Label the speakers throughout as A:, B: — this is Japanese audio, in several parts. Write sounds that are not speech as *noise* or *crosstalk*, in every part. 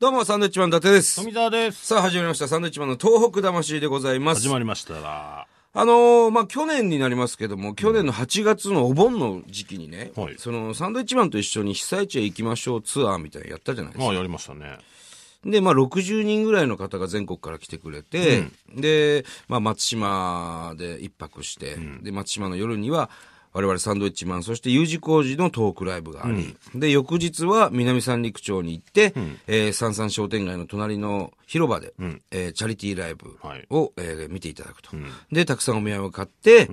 A: どうも、サンドウィッチマン伊達です。
B: 富澤です。
A: さあ、始まりました。サンドウィッチマンの東北魂でございます。
B: 始まりましたら。
A: あのーまあ、去年になりますけども、去年の8月のお盆の時期にね、
B: はい
A: その、サンドウィッチマンと一緒に被災地へ行きましょうツアーみたいなのやったじゃないです
B: ま
A: か。
B: あ、やりましたね。
A: で、まあ、60人ぐらいの方が全国から来てくれて、で、まあ、松島で一泊して、で、松島の夜には、我々サンドウィッチマン、そして U 字工事のトークライブがあり、で、翌日は南三陸町に行って、えー三三商店街の隣の広場で、えーチャリティーライブ
B: はい
A: を、えー見ていただくと、で、たくさんお土産を買って、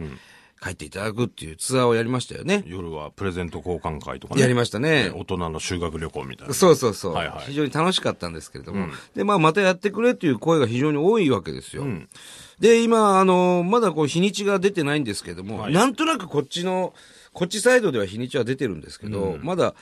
A: 帰っていただくっていうツアーをやりましたよね。
B: 夜はプレゼント交換会とかね。
A: やりましたね。
B: 大人の修学旅行みたいな。
A: そうそうそう、
B: はいはい
A: 非常に楽しかったんですけれども、で、まあ、またやってくれという声が非常に多いわけですよ。で、今、あの、まだこう、日にちが出てないんですけども、
B: はい
A: なんとなくこっちの、こっちサイドでは日にちは出てるんですけど、まだ、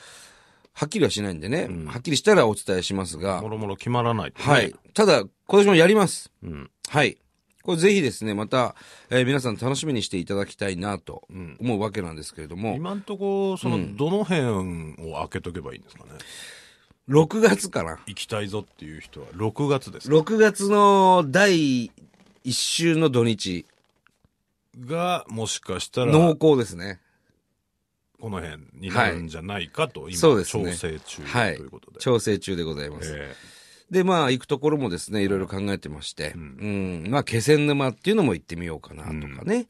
A: はっきりはしないんでね、はっきりしたらお伝えしますが、
B: もろもろ決まらないってね
A: はい。。ただ、今年もやります。
B: うん。
A: はい。これぜひですね、また、えー皆さん楽しみにしていただきたいなと思うわけなんですけれども、
B: 今んとこ、その、どの辺を開けとけばいいんですかね。
A: 6月かな。
B: 行きたいぞっていう人は、6月ですか
A: 6月の第1週の土日、
B: が、もしかしたら、
A: 濃厚ですね。
B: この辺になるんじゃないかと、今、
A: そう
B: 調
A: ですね
B: 整中
A: はい
B: ということで。
A: 調整中でございます。
B: え
A: で、まあ、行くところもですね、いろいろ考えてまして、うん、まあ、気仙沼っていうのも行ってみようかなとかね、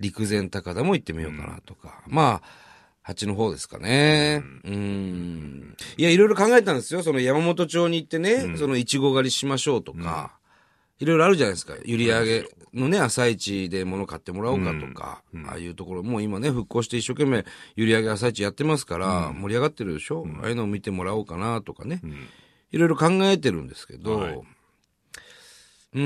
A: 陸前高田も行ってみようかなとか、まあ、八の方ですかね。うん。いや、いろいろ考えたんですよ。その山本町に行ってね、そのいちご狩りしましょうとか、いろいろあるじゃないですか。閖上のね、朝市で物買ってもらおうかとか、ああいうところ、もう今ね、復興して一生懸命閖上朝市やってますから、盛り上がってるでしょ、ああいうのを見てもらおうかなとかね。いろいろ考えてるんですけど、
B: はいう
A: ー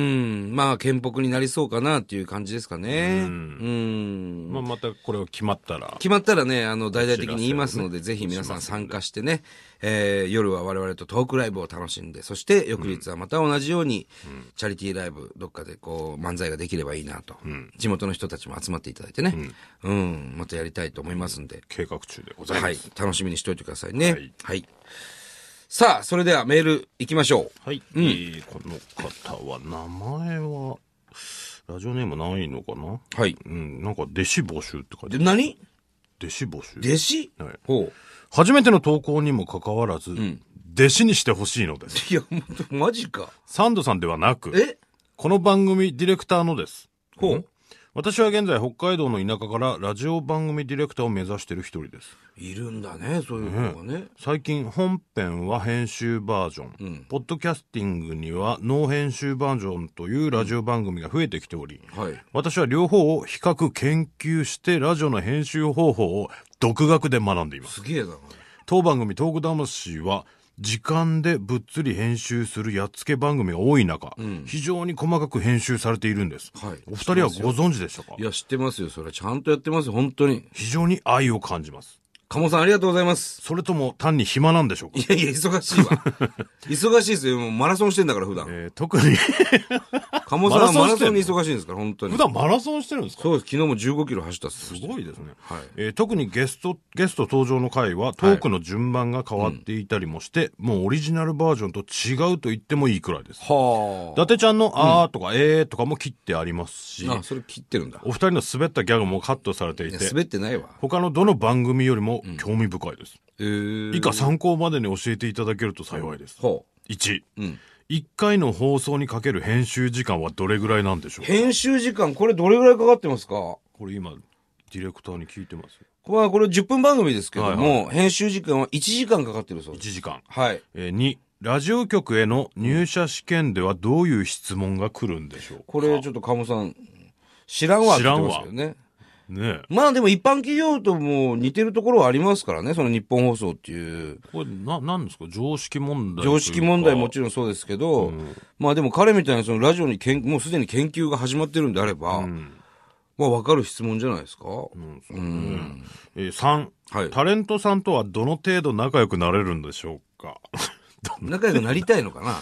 A: ん、まあ、県北になりそうかなっていう感じですかね。うー
B: え
A: ん。
B: まあ、またこれが決まったら、
A: 決まったらね、あの、大々的に言いますので、ぜひ皆さん参加してね、えー夜は我々とトークライブを楽しんで、そして翌日はまた同じように、チャリティーライブ、どっかでこう、漫才ができればいいなと。地元の人たちも集まっていただいてね、うん、またやりたいと思いますんで、
B: 計画中でございま
A: はい
B: す。、
A: 楽しみにしておいてくださいね。は
B: はいい。
A: さあ、それではメール行きましょう。
B: はい、えーこの方は名前はラジオネームないのかな
A: はい。
B: うんなんか弟子募集って書い
A: で、
B: てある
A: 何
B: 弟子募集
A: 弟子、
B: はい
A: ほ
B: 初めての投稿にもかかわらず、弟子にしてほしいのです
A: う。いや、ほんと、マジか。
B: サンドさんではなく
A: え
B: この番組ディレクターのです
A: ほう
B: 私は現在北海道の田舎からラジオ番組ディレクターを目指している一人です
A: いるんだね、そういうのがね。
B: 最近本編は編集バージョン、ポッドキャスティングにはノー編集バージョンというラジオ番組が増えてきており、
A: はい。
B: 私は両方を比較研究してラジオの編集方法を独学で学んでいます
A: すげえな。
B: 当番組「トーク魂」は時間でぶっつり編集するやっつけ番組が多い中、非常に細かく編集されているんです、
A: はい
B: お二人はご存知でしたか
A: いや、知ってますよ、それ。ちゃんとやってますよ、本当に。
B: 非常に愛を感じます
A: 鴨さん、ありがとうございます。
B: それとも単に暇なんでしょうか
A: い、やいや、忙しい
B: *laughs*
A: わ。忙しいですよ。もうマラソンしてんだから、普段。
B: えー特に
A: 鴨さんはマ
B: マ
A: ラ
B: ラソンして
A: ソン
B: んの
A: に忙しいんですから、本当に。
B: *laughs* 普段マラソンしてるんですか
A: そうです。昨日も15キロ走ったっす
B: す。ごいですね、
A: はい
B: えー特にゲストゲスト登場の回はトークの順番が変わっていたりもして、もうオリジナルバージョンと違うと言ってもいいくらいです
A: は
B: 伊達ちゃんの「あー」とか「えー」とかも切ってありますし、
A: あ、それ切ってるんだ。
B: お二人の滑ったギャグもカットされてい
A: いや
B: て
A: 滑ってないわ。
B: 他のどの番組よりも興味深いです、
A: えー
B: 以下参考までに教えていただけると幸いです、
A: ほう。
B: 1
A: うん。
B: 1回の放送にかける編集時間はどれぐらいなんでしょうか
A: 編集時間、これどれぐらいかかってますか
B: これ今ディレクターに聞いてます
A: まあ、これ10分番組ですけども、
B: は
A: 編集時間は1時間かかってるそう
B: 1
A: です。
B: 時間
A: はい。
B: えー2ラジオ局への入社試験ではどういう質問が来るんでしょうか
A: これ、ちょっと鴨さん、知らんわって言ってますよね。
B: ねえ
A: まあでも一般企業とも似てるところはありますからね、その日本放送っていう。
B: これななんですか常識問題という
A: 常
B: か
A: 識問題もちろんそうですけど、まあでも彼みたいなそのラジオにけんもうすでに研究が始まってるんであれば、まあわかる質問じゃないですか。
B: うんそうねえー3、
A: はい
B: タレントさんとはどの程度仲良くなれるんでしょうか *laughs*
A: 仲良くなりたいのかな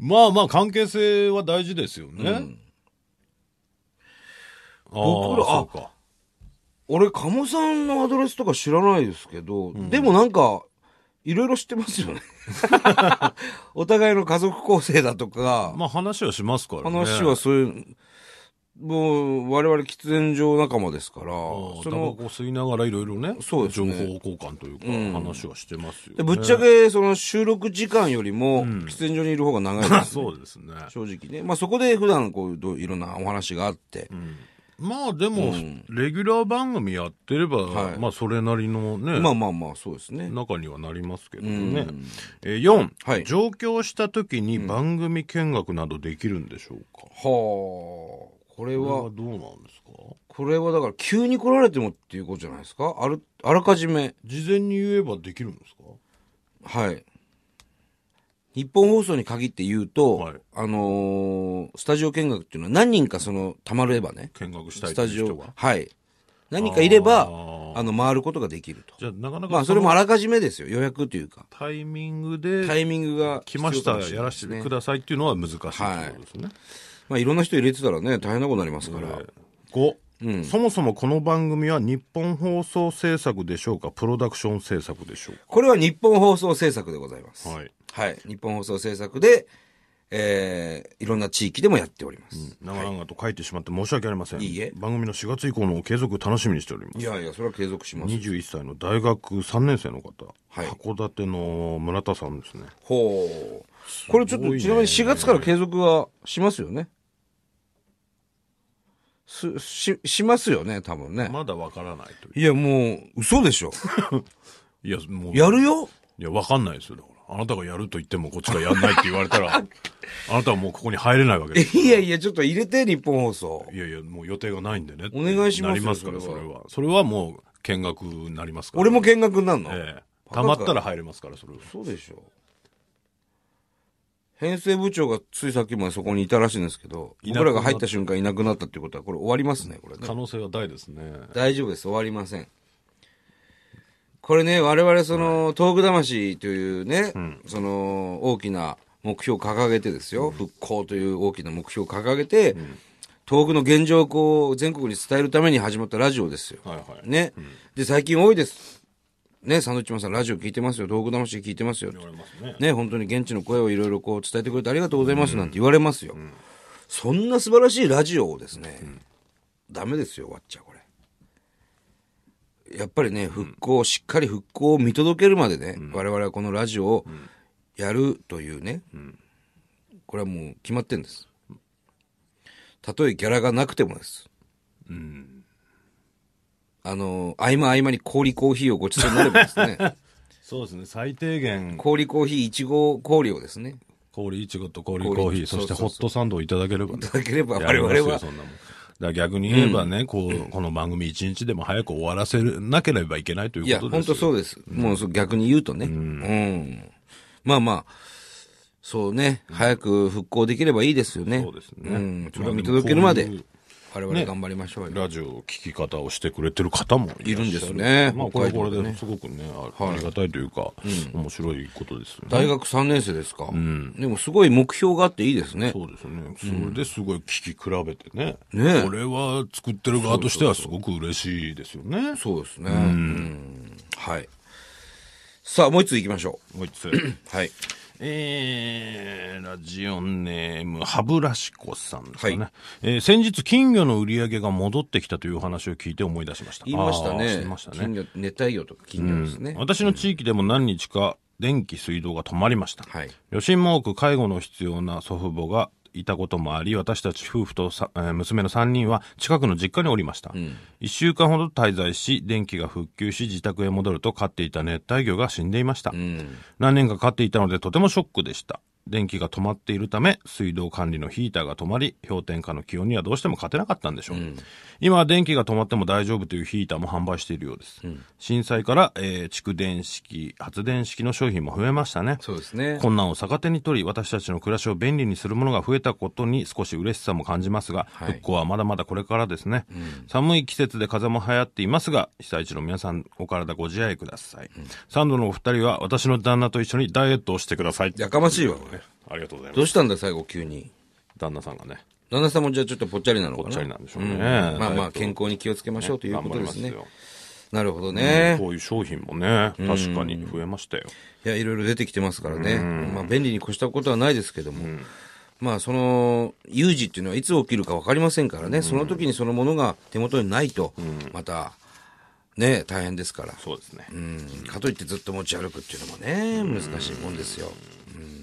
B: まあまあ関係性は大事ですよね、ああ
A: 僕らあ
B: そうか
A: 俺、鴨さんのアドレスとか知らないですけど、でもなんか、いろいろ知ってますよ
B: *laughs*
A: ね。お互いの家族構成だとか、
B: まあ話はしますからね。
A: 話はそういう、もう、我々喫煙所仲間ですから、
B: あ
A: そ
B: ータバコ
A: の、
B: 吸いながらいろいろね
A: そうですね
B: 情報交換というか、話はしてますよ、
A: で
B: ね。
A: ぶっちゃけ、その収録時間よりも、喫煙所にいる方が長いです。
B: *laughs* そうですね。
A: 正直ね。まあそこで普段こうどう、いろんなお話があって、
B: まあでも、レギュラー番組やってれば、
A: はい
B: まあそれなりのね、
A: まあまあまあ、そうですね。
B: 中にはなりますけどね。えー4、
A: はい
B: 上京した時に番組見学などできるんでしょうか、
A: はあ、これ
B: これ
A: は
B: は、どうなんですか
A: これはだから急に来られてもっていうことじゃないですかある、あらかじめ。
B: 事前に言えばできるんですか
A: はい。日本放送に限って言うと、
B: はい
A: あのースタジオ見学っていうのは何人かその、たまればね、
B: 見学したい
A: ス
B: ってい
A: タ
B: う
A: ジ
B: 人
A: オ
B: が。、
A: はい。何かいれば
B: あ、ー
A: あの、回ることができると。
B: じゃあなかなか
A: まあ、それ
B: の
A: もあらかじめですよ。予約というか。
B: タイミングで
A: タイミングが
B: 来ました
A: 必要か
B: や
A: らも
B: せ
A: れないで
B: て
A: す
B: く
A: ね
B: ださいっていうのは難しいってことですね。
A: まあ、いろんな人入れてたらね、大変なことになりますから。
B: 5、そもそもこの番組は日本放送制作でしょうかプロダクション制作でしょう
A: これは日本放送制作でございます。
B: かはい。
A: はい。日本放送制作で、えー、いろんな地域でもやっております。
B: 長々と書いてしまって申し訳ありません。
A: いいえ
B: 番組の4月以降の継続楽しみにしております
A: い。やいや、それは継続します。
B: 21歳の大学3年生の方、
A: はい
B: 函館の村田さんですね。
A: ほう。これちょっと、ちなみに4月から継続はしますよね。す、し、しますよね、多分ね。
B: まだわからないという。
A: いや、もう、嘘でしょ。
B: いや、もう、
A: やるよ
B: いや、わかんないですよ。だからあなたがやると言っても、こっちがやんないって言われたら、あなたはもうここに入れないわけで
A: *laughs*
B: す。
A: いやいや、ちょっと入れて、日本放送。
B: いやいや、もう予定がないんでね。
A: お願いしますよ
B: なりますから、そ
A: それ
B: れ
A: は
B: は。それはもう見学になりますから。
A: 俺も見学になるの、
B: ええ。溜まったら入れますから、それは。
A: そうでしょ。編成部長がついさっきまでそこにいたらしいんですけど、
B: いな
A: 僕ら
B: くなった
A: が入った瞬間いなくなったっていうことは、これ終わりますね、これね
B: 可。能性は大ですね。
A: 大丈夫です。終わりません。これね、我々その、東北魂というね、その、大きな目標を掲げてですよ、復興という大きな目標を掲げて、東北の現状をこう、全国に伝えるために始まったラジオですよ。
B: はいはい。
A: ね。で、最近多いです。ね、サンドウィッチマンさん、ラジオ聞いてますよ、東北魂聞いてますよ。
B: 言われますね。
A: ね、本当に現地の声をいろいろこう伝えてくれてありがとうございますなんて言われますよ。そんな素晴らしいラジオをですね、ダメですよ、わっちゃこれ。やっぱりね、復興、しっかり復興を見届けるまでね、我々はこのラジオをやるというね、これはもう決まってんです。たとえギャラがなくてもです。あの、合間合間に氷コーヒーをご馳走になればですね。 *laughs*
B: そうですね。最低限、
A: 氷コーヒーいちご氷をですね、
B: 氷いちごと氷コーヒー、
A: 氷
B: そし
A: そ
B: てホ
A: うそうそう
B: ットサンドをいただければね。い
A: いただければ我々は
B: そんなもん。だから逆に言えばね、こう、この番組一日でも早く終わらせなければいけないと
A: い
B: いう
A: や、
B: ことです
A: 本
B: よ。
A: 当そうです。もうそう逆に言うとね。うん。まあまあ、そうね、早く復興できればいいですよね。
B: そうですね
A: うん。それを見届けるま
B: まあ
A: で
B: でもこ、
A: 我々頑張りましょうよ。
B: ラジオの聞き方をしてくれてる方もいらっしゃ
A: いるんですね
B: まあ、これは
A: 北
B: こ
A: 海道
B: れ
A: でね
B: ですごくね、あありがたいというか、面白いことですよね。
A: 大学3年生ですか。でもすごい目標があっていいですね。
B: そうですね。それですごい聞き比べてね。
A: ねえ
B: これは作ってる側としてはすごく嬉しいですよね。
A: そうですね。うんはい。さあ、もう一つ行きましょ
B: もう一つ。
A: う。はい。
B: えー、ラジオネーム、歯ブラシ子さんですかね。
A: はい
B: えー先日、金魚の売り上げが戻ってきたという話を聞いて思い出しました。
A: 言いました
B: あー
A: ね。
B: しましたね。
A: 金魚、熱帯魚とか金魚ですね。
B: 私の地域でも何日か電気水道が止まりました、
A: はい
B: 余震も多く介護の必要な祖父母がいたこともあり私たち夫婦とさ、えー娘の3人は近くの実家におりました、1週間ほど滞在し電気が復旧し自宅へ戻ると飼っていた熱帯魚が死んでいました、何年か飼っていたのでとてもショックでした電気が止まっているため水道管理のヒーターが止まり氷点下の気温にはどうしても勝てなかったんでしょう、今は電気が止まっても大丈夫というヒーターも販売しているようです、震災から、えー蓄電式発電式の商品も増えましたね
A: そうですね。
B: 困難を逆手に取り私たちの暮らしを便利にするものが増えたことに少し嬉しさも感じますが、
A: い
B: 復興はまだまだこれからですね、寒い季節で風邪も流行っていますが被災地の皆さんお体ご自愛ください、サンドのお二人は私の旦那と一緒にダイエットをしてください
A: やかましいわ。
B: ありがとうござい
A: ど
B: ま
A: う
B: す
A: したんだよ、最後急に。
B: 旦那さんがね
A: 旦那さんもじゃあちょっとぽっちゃりなのかな
B: ぽっちゃりなんでしょうね
A: んまあまあ健康に気をつけましょうという
B: 頑
A: こ
B: 張
A: と
B: り
A: で
B: ますす
A: ね。
B: よ
A: なるほどね
B: うん。こういう商品もね、確かに増えましたよ。
A: いや、いろいろ出てきてますからね。まあ、便利に越したことはないですけども。まあ、その、有事っていうのはいつ起きるかわかりませんからね。その時にそのものが手元にないと、また、ね、大変ですから。
B: そうですね。
A: うんかといってずっと持ち歩くっていうのもね、難しいもんですよ。うん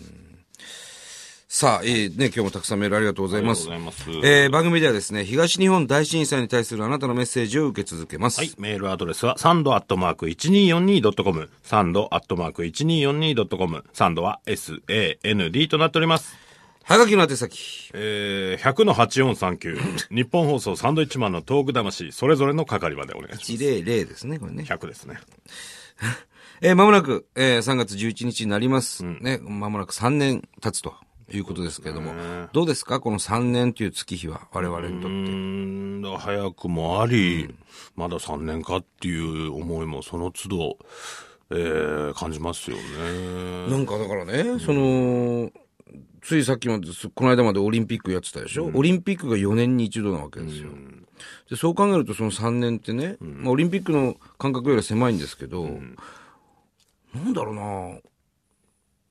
A: さあ、えーね、今日もたくさんメールありがとうございます。
B: ありがとうございます
A: えー番組ではですね、東日本大震災に対するあなたのメッセージを受け続けます。
B: はい。メールアドレスは、サンドアットマーク 1242.com。サンドアットマーク 1242.com。サンドは SAND となっております。
A: はがきの宛先。
B: えー、100の8439。日 *laughs* 本放送サンドイッチマンのトーク魂、それぞれの係までお願いします。
A: 100ですね、これね。
B: 100ですね。
A: えー、まもなく、えー3月11日になります。ね、まもなく3年経つということですけれども、どうですかこの3年という月日は、我々にとっ
B: う
A: て。
B: ーん、だから早くもあり、まだ3年かっていう思いもその都度、えー、感じますよね。
A: なんかだからね、その、ついさっきまで、すこの間までオリンピックやってたでしょ、オリンピックが4年に一度なわけですよ。でそう考えるとその3年ってね、まあ、オリンピックの間隔よりは狭いんですけど、なんだろうな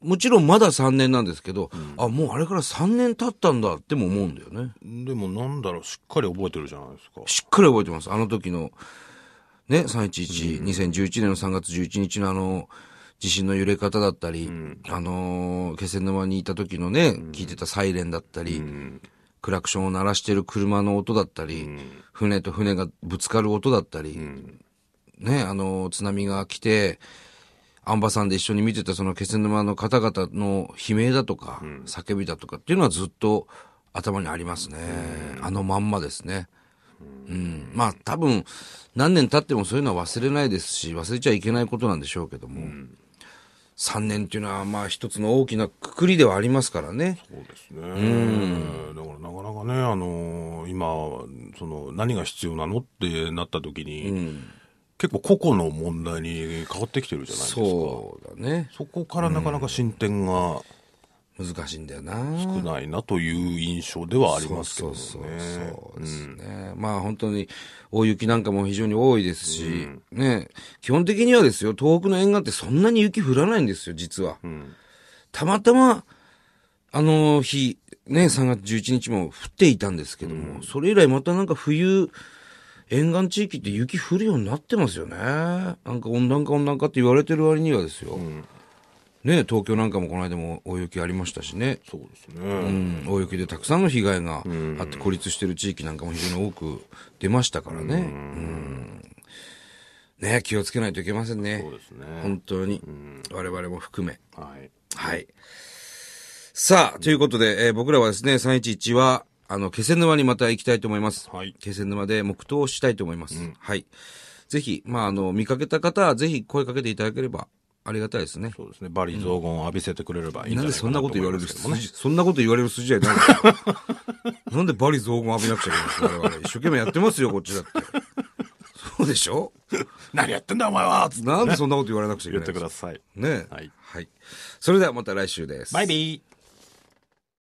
A: もちろんまだ3年なんですけど、あ、もうあれから3年経ったんだっても思うんだよね。
B: でもなんだろう、しっかり覚えてるじゃないですか。
A: しっかり覚えてます。あの時の、ね、311、2011年の3月11日のあの、地震の揺れ方だったり、あのー気仙沼にいた時のね、聞いてたサイレンだったり、クラクションを鳴らしてる車の音だったり、船と船がぶつかる音だったり、ね、あのー津波が来て、アンバさんで一緒に見てたその気仙沼の方々の悲鳴だとか、叫びだとかっていうのはずっと頭にありますね。あのまんまですね。うん、まあ多分何年経ってもそういうのは忘れないですし忘れちゃいけないことなんでしょうけども、3年っていうのはまあ一つの大きなくくりではありますからね
B: そうですね。だからなかなかね、あのー今、その、何が必要なのってなった時に、結構個々の問題に変わってきてるじゃないですか。そ
A: そうだね
B: こからなかなか進展が
A: 難しいんだよな
B: 少ないなという印象ではありますけどね。
A: そうそうそうそうですね、まあ本当に大雪なんかも非常に多いですし、ね、基本的にはですよ、東北の沿岸ってそんなに雪降らないんですよ、実は。たまたま、あの日、ね、3月11日も降っていたんですけども、それ以来またなんか冬、沿岸地域って雪降るようになってますよね。なんか温暖化温暖化って言われてる割にはですよ。ね、東京なんかもこの間も大雪ありましたしね。
B: そうですね。
A: うん、大雪でたくさんの被害があって孤立してる地域なんかも非常に多く出ましたからね。うんね気をつけないといけませんね
B: そう。ですね。
A: 本当に。我々も含め。
B: はい。
A: はい。さあ、ということで、えー僕らはですね、311は、あの、気仙沼にまた行きたいと思います。
B: はい
A: 気仙沼で黙祷をしたいと思います。はい。ぜひ、まあ、あの、見かけた方は、ぜひ声かけていただければありがたいですね。
B: そうですね。バリ雑言を浴びせてくれればいいんじ
A: な
B: ゃ
A: ん
B: な
A: で
B: いか
A: そんな
B: なと
A: こと
B: 思
A: 言
B: い
A: われ
B: ま
A: る
B: すけどね。
A: 筋、そんなこと言われる筋じゃないの *laughs* なんでバリ雑言浴びなくちゃいけないんですか我々。一生懸命やってますよ、こっちだって。そうでしょ
B: 何やってんだお前はつっ
A: *laughs*
B: て
A: なんでそんなこと言われなくちゃいけ
B: 言
A: ないん
B: って
A: で
B: く
A: すか
B: ださい。
A: ねえ
B: はい
A: はい。それではまた来週です。
B: バイビー。